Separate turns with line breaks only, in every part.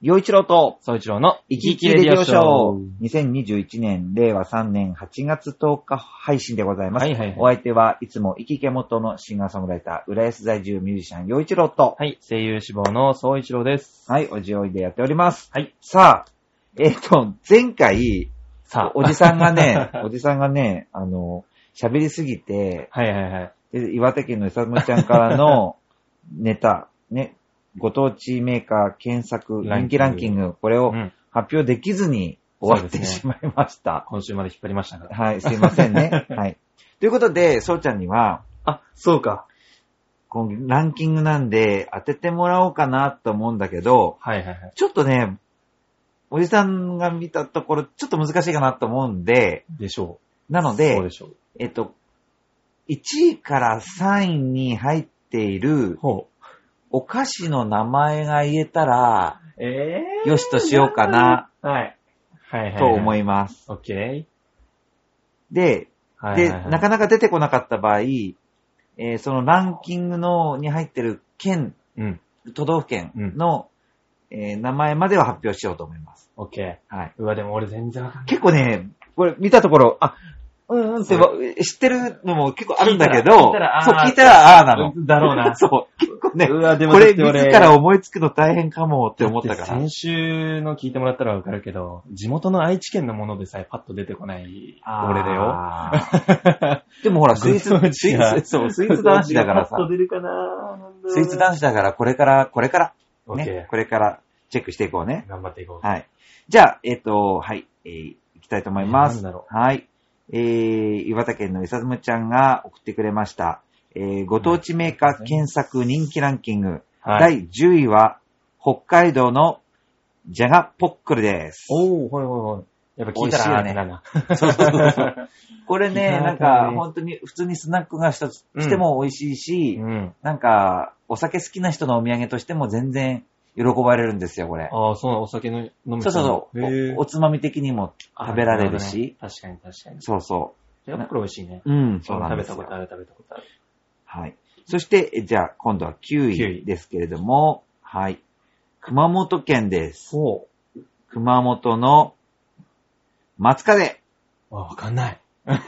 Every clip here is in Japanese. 洋一郎と、
総一郎の
生き生きレディオショー。2021年、令和3年8月10日配信でございます。
はいはいはい
お相手はいつも生き生き元のシンガーソングライター、浦安在住ミュージシャン、洋一郎と、
はい、声優志望の総一郎です。
はい、おじおいでやっております。
はい。
さあ、えっ、と、前回、
さあ、
おじさんが ね、おじさんがね、あの、喋りすぎて、
はいはいはい。
で岩手県のいさむちゃんから のネタ、ね、ご当地メーカー検索、
ラ
人
ンキング
気ランキング、これを
うん
発表できずに終わっ
そう
て
ですね
しまいました。
今週まで引っ張りましたから。
はい、すいませんね。はい。ということで、そうちゃんには、
あ、そうか。
このランキングなんで当ててもらおうかなと思うんだけど、
はいはいはい。
ちょっとね、おじさんが見たところ、ちょっと難しいかなと思うんで、
でしょ
なの
う。
で
そう、でしょう。
えっと、1位から3位に入っている
ほう。
お菓子の名前が言えたら、
ええ
よしとしようかな、
はい。はいはい。
と思
い
います。
オッケ
で、
ー。はい
で、
はいはい
なかなか出てこなかった場合、えーそのランキングの、に入ってる県、
うん。
都道府県の、えー名前までは発表しようと思います。
オッケ
はい。
ー。うわ、でも俺全然わかんない。
結構ね、これ見たところ、あ、うんうんってわ知ってるのも結構あるんだけど、
聞いたら
そう、聞
聞
い
い
た
た
らあーなの。
だろうな
そう、結構 ね、
うわ、でも
こ
だ
れ
って
自
俺
ら思いつくの大変かもって思ったか
だ
ら
て先。週の聞いてもらったらわかるけど、地元の愛知県のものでさえパッと出てこない、俺だよ。
よ。でもほら、ス イーツ、
ご存
スイ
知
ー
が
ツ、そう、スイーツ男子だからさ
パッ、と出るかな
スイーツ男子だから、これから、これから、
オッ
ね
ケ、
これからチェックしていこうね
ー。。頑張っていこう。
はい。じゃあ、えっ、と、はい、えー、いきたいと思いま
えー
す
なんだろ。
はい。えー、岩手県のいさずむちゃんが送ってくれました。えー、ご当地メーカー検索人気ランキング。
は
第
い。
10位は、北海道のジャガポックルです。
おー、ほいほいほい。やっぱ聞い
美味
たら、
しいよね
なんだ。
そうそうそうそう。 これ
い
ね、
やー
なん
多分
か、
ね
本当に、普通にスナック菓子とし
うん
ても美味しいし、
うん。
なんか、お酒好きな人のお土産としても全然喜ばれるんですよ、これ。
ああ、そうなのお酒の飲む
そうそうそう
へー
お。おつまみ的にも食べられるし、
あーなほどね確かに確かに。
そうそ
やっぱこれ美味しいね。
う。うん、そうなんです
食べたこと
よ。
ある、食べたことある。
はい。そして、えじゃあ、今度は9
九
位
位
ですけれども、はい。熊本県です。
そ
熊本の松風。
う。わかんない。 わ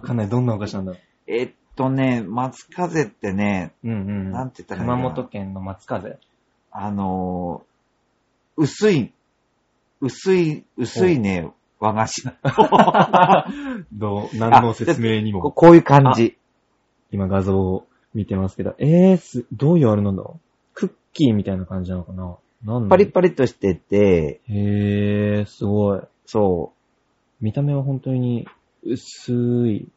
かんない。どんなお菓子なんだろ
えっとね、松風ってね、
う。うんうん。
なんて言ったらいいか
熊
な
本県の松風。
あのー薄い、薄い、薄いね、和菓子な
どう、何の説明に
こ
も。
こういう感じ。
今画像を見てますけど。えー、す、どういうあれなんだクッキーみたいな感じなのかななん
パ
だ
リパリとしてて、
へー、すごい。
そ
見た目は本当に薄い。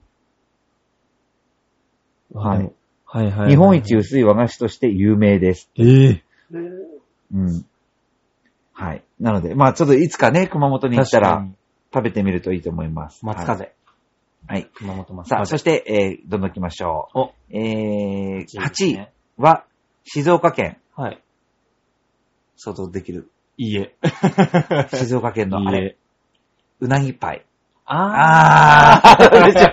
はい
あでも。はいはいは
う。
い。
日本一薄い和菓子として有名です。
えー、
うん。はい。なので、まあちょっといつかね、熊本に行ったら、食べてみるといいと思います。
松
は
風。
い。はい。
熊本松風。
さあ、そして、えー、どんどん行きましょ
お、
う。えー、8
です
位
ね
は、静岡県。
はい。
想像できる。
い いえ。
静岡県のあ
いい
れ、
え。
うなぎパイ。
あ
あー、でしょ。
ー。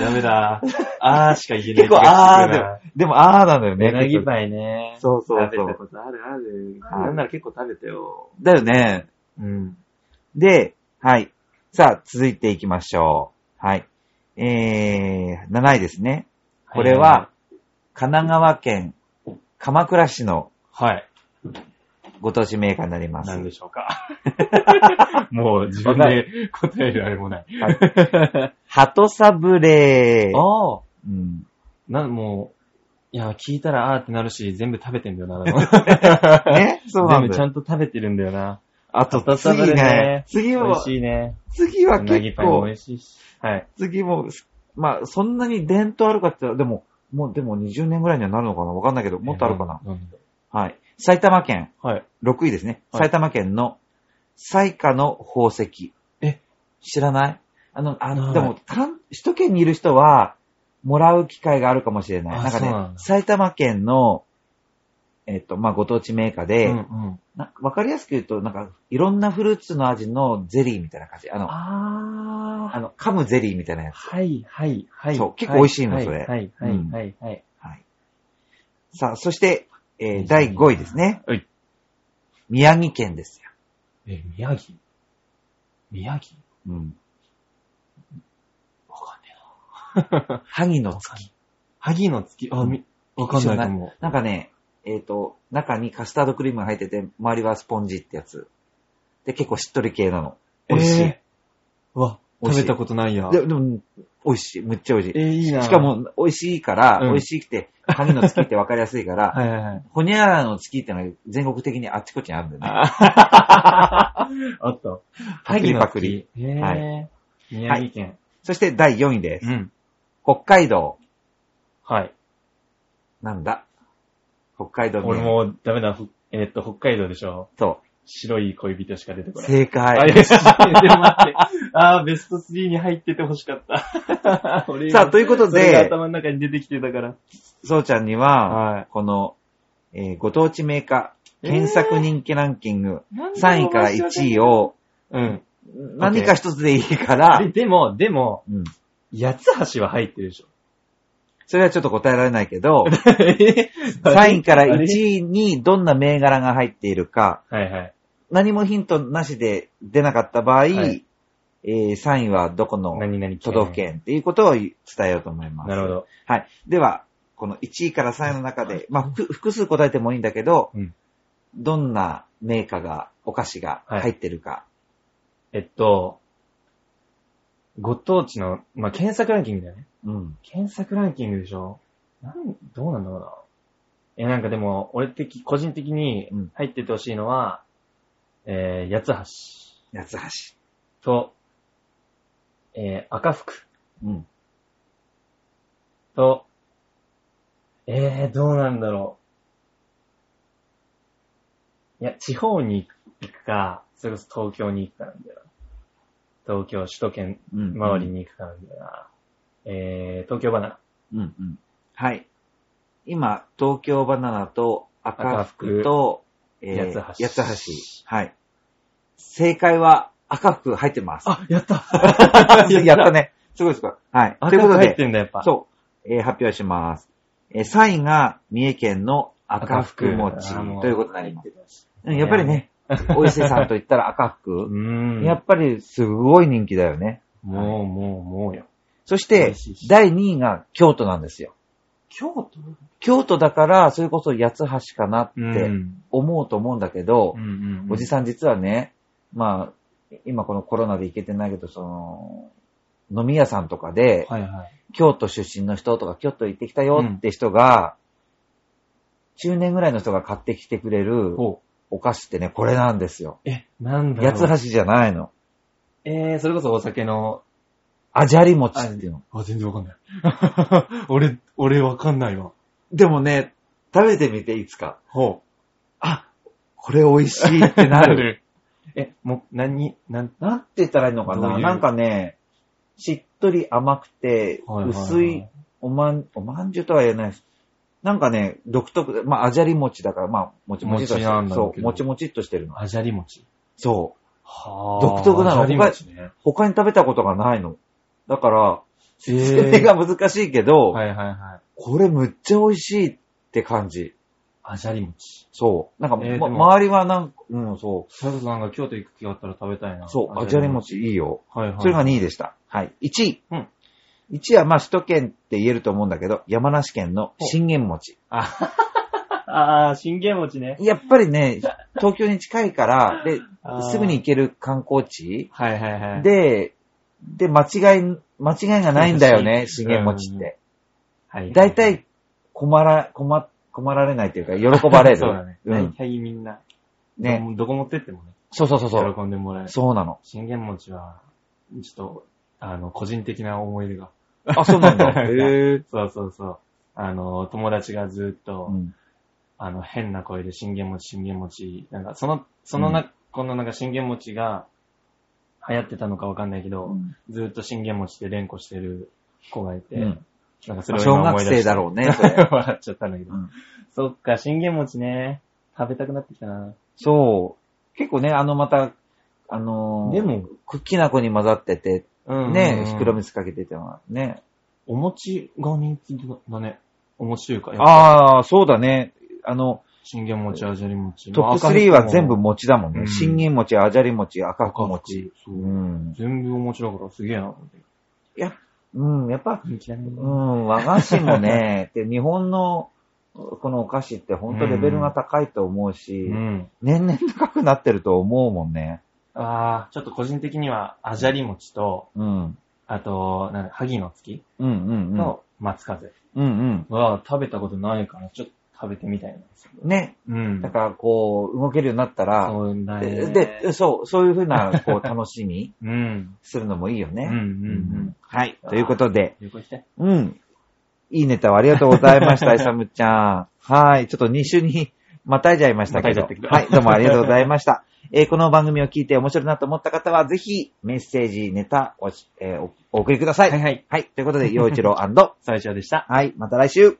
ダメだ。あーしか言えない。
結構、あーでも、でもあーなのよね。
うなぎ
イ。
パイね。
そうそう
食べ
そ
た
う。
ことあるある。
はい
なんなら結構食べてよ。
だよね。
うん。
で、はい。さあ、続いていきましょう。はい。えー、7位ですね。これは、神奈川県鎌倉市の
はい、はい。
ご当地メーカーになります。
何でしょうか。 もう自分で答えるあれもない。
鳩サブレー。
ああ。
うん、
なん、もう、いや、聞いたらあーってなるし、全部食べてんだよな。
ね そうなんだ
全
よ
部ちゃんと食べてるんだよな。
あと
鳩、サブ
次
レー
ね
ね。
次
美味
は、
しいね。
次
う
は
なぎ
結
パイも
構
美、味しいし。はい。
次も、まあ、そんなに伝統あるかって言ったら、でも、もう、でも20年ぐらいにはなるのかなわかんないけど、もっとあるかな。
えー。んだ
はい。埼玉県、
はい。
6位ですね。
はい
埼玉県の、彩花の宝石。
え
知らないあの、あの、
はい
でも、関首都圏にいる人は、もらう機会があるかもしれない。
あ
なんか
そうなん
ね、
だ
埼玉県の、えっと、まあ、ご当地メーカー
う
で、
んうん。
なわかりやすく言うと、なんか、いろんなフルーツの味のゼリーみたいな感じ。あの、あ
あー。
の、噛むゼリーみたいなやつ。
はい、はい、はい。
そう結構美味しいの
は
それ
はい、はい、はい、はい。
はい。さあ、そして、え
いい
ー
ね
第5位ですね。
はい。
宮城県ですよ。
え、宮城宮城
うん。
わかんねえな。
萩の月。
萩の月、あ、み、わかんないかも。
なんかね、えっ、と、中にカスタードクリームが入ってて、周りはスポンジってやつ。で、結構しっとり系なの。美味しい。
えーうわ、
美味
食
しい
べたことないや。
ででも、美味しい。むっちゃ美味しい。
えー、いいな。
しか、も、美味しいから、
うん
美味しいって、萩の月って分かりやすいから、
はいはいはい。
ほにゃららの月ってのが全国的にあっちこっちにあるんだよね。
ああった。
萩の月。
えー
は
宮城県。
そして第4位です。
うん。
北海道。
はい。
なんだ。北海道宮
俺
城。
もうダメだ。ふえーっと、北海道でしょ。
そ
白い恋人しか出て
う。
こない。
正
あ、
解
い。やちょっと待って。あー、ベスト3に入ってて欲しかった。俺
さあ、ということ
それが
で、
頭の中に出てきてたから。
そうちゃんには、
はい。
この、えーご当地メーカー、検索人気ランキング、
なんで
3位から1位を、
うん。
何か一つでいいから
で、、でも、でも、
うん。
八つ橋は入ってる でしょ。
それはちょっと答えられないけど、
え
3位から1
位。
位にどんな銘柄が入っているか、
はいはい。
何もヒントなしで出なかった場合、
い
えー3位はどこの
何々
都道府。県っていうことを伝えようと思います。
なるほ。ど。
はい。では、この1位から3位の中で、まあ、ふ複数答えてもいいんだけど、
うん
どんなメーカーが、お菓子が入ってるか。
えっと、ご当地の、まあ、検索ランキングだよね。
うん。
検索ランキングでしょなん、どうなんだろうな。え、なんかでも、俺的、個人的に
うん
入っててほしいのは、えー、八つ
八つ
橋と、えー、赤福
橋。うん。
と、えー、どうなんだろう。いや、地方に行くか、それこそ東京に行くかなんだよな。東京、首都圏
うん。
周りに行くかなんだよな。えー、東京バナナ。
うんうん。はい。今、東京バナナと赤福と、えー
八つ橋
八つ橋。はい。正解は赤福入ってます。
あ、 やった
やったね。すごいすごい。はい。と
赤
いうこ
く
と
入っ
で、
てんだ、やっぱ。
そう、えー発表します。えー3位が三重県の赤福
赤
餅
福あーも
ということになります。
す。
うんやっぱりね、お伊勢さんと言ったら赤
う
福。
ん。
やっぱりすごい人気だよね。
もう、もう、もうよ。
そして
嬉しいし、
第2位が京都なんですよ。
京都
京都だから、それこそ八つ橋かなっ
うん。
て思うと思うんだけど、
うんうん。
おじさん実はね、まあ、今このコロナで行けてないけど、その、飲み屋さんとかで、
はいはい。
京都出身の人とか、京都行ってきたよって人が、中年ぐらいの人が買ってきてくれる
ほ
お菓子ってね、これなんですよ。
う。え、なんだろう。
八つ橋じゃないの。
えー、それこそお酒の、
あじゃり餅っていうの。
あ、全然わかんない。 俺、俺わかんないわ。
でもね、食べてみていつか。
ほ
あ、これ美味しいって
う。
なる。
え、もう、何、なん、
なんて言ったらいいのか
どう
な
いう
なんかね、しっとり甘くて
は、はは
薄い。おまん、おまんじゅうとは言えないです。なんかね、独特で、まあ、あじゃり餅だから、まあ、もちもちとして
餅なん
る。
だろ
そうう、
けど
もちもちっとしてるの。
あじゃり餅。
そ
は
独特なの
あじゃり餅ね
う。。他に食べたことがないの。だから、
えー
それが難しいけど、
はいはいはい。
これむっちゃ美味しいって感じ。
あじゃり餅。
そう。なんか、
えー
ま
でも
周りはなんか、うん、そ
それこそなんか京都行く気があったら食べたいな。
う。そう、あじゃり。餅いいよ。
はいはい。
それが2位でした。はい。1位。
うん
1位は、まあ、首都圏って言えると思うんだけど、山梨県の信玄餅。
あー、信玄餅ね。
やっぱりね、東京に近いから、で、
あー
すぐに行ける観光地
はいはいはい。、
で、で、間違い、間違いがないんだよね、
そう
信玄餅って。
はいはい、
大体、困ら、困、困られないというか、喜ばれる。
そうだね。
う
大
ん。
体みんな。
ね
どこ。どこ持ってってもね。
そうそうそうそう。
喜んでもらえる。
そうなの。
信玄餅は、ちょっと、あの、個人的な思い出が。
あ、そう なんだ。
はい
へぇ
そうそうそう。あの、友達がずっと、
うん。
あの、変な声で信玄餅、信玄餅、なんか、その、そのな、このなんか信玄餅が流行ってたのかわかんないけど、ずっと信玄餅で連呼してる子がいて、
うん
なんかそれを
小
今思
学
い出
生
して
だろうね、 それ
笑っちゃったんだけど。
うん
そっか、信玄餅ね。食べたくなってきたな。
そう。結構ね、あの、また、あのー、
で、も、
きな粉に混ざってて、
うん
ね、袋水かけててもね。
お餅が人気だね。お餅というか、やっぱ
ああ、そうだね。あの、
信玄餅、あじゃり餅。
ト
まあ
ップ
赤福
3
も
は全部餅だもん
う
ね。
ん
信玄餅、あじゃり餅、赤
赤
福
福
餅。。
そうう。
ん。
全部お餅だからすげえなと思って。
いや、うん、やっぱ、
人気だね。
うん、和菓子も ね、で日本のこのお菓子って本当レベルが高いと思うし、
うん。
年々高くなってると思うもんね。
ああ、ちょっと個人的には、あじゃり餅と、
うん。
あと、なんだ、萩の月
うんうんうん。
と松風
うん
は食べたことないから、ちょっと食べてみたいなんですよ。
うん。ね。
うん。
だからこう、動けるようになったら、
そうだね。
で、でそう、そういうふうな、こう、楽しみ
うん。
するのもいいよね。
うんうんうん
はい。ということで、
旅行行きたい。
うん。いいネタをありがとうございま した、イサムちゃん。はい。ちょっと2週にまたいじゃいましたけど。
またいじゃったけど
はい。どうもありがとうございました。 えーこの番組を聞いて面白いなと思った方は、ぜひメッセージ、ネタおし、えーおお送りください。
はいはい。
はい。ということで、陽一郎はい。
最初でした。
また来週。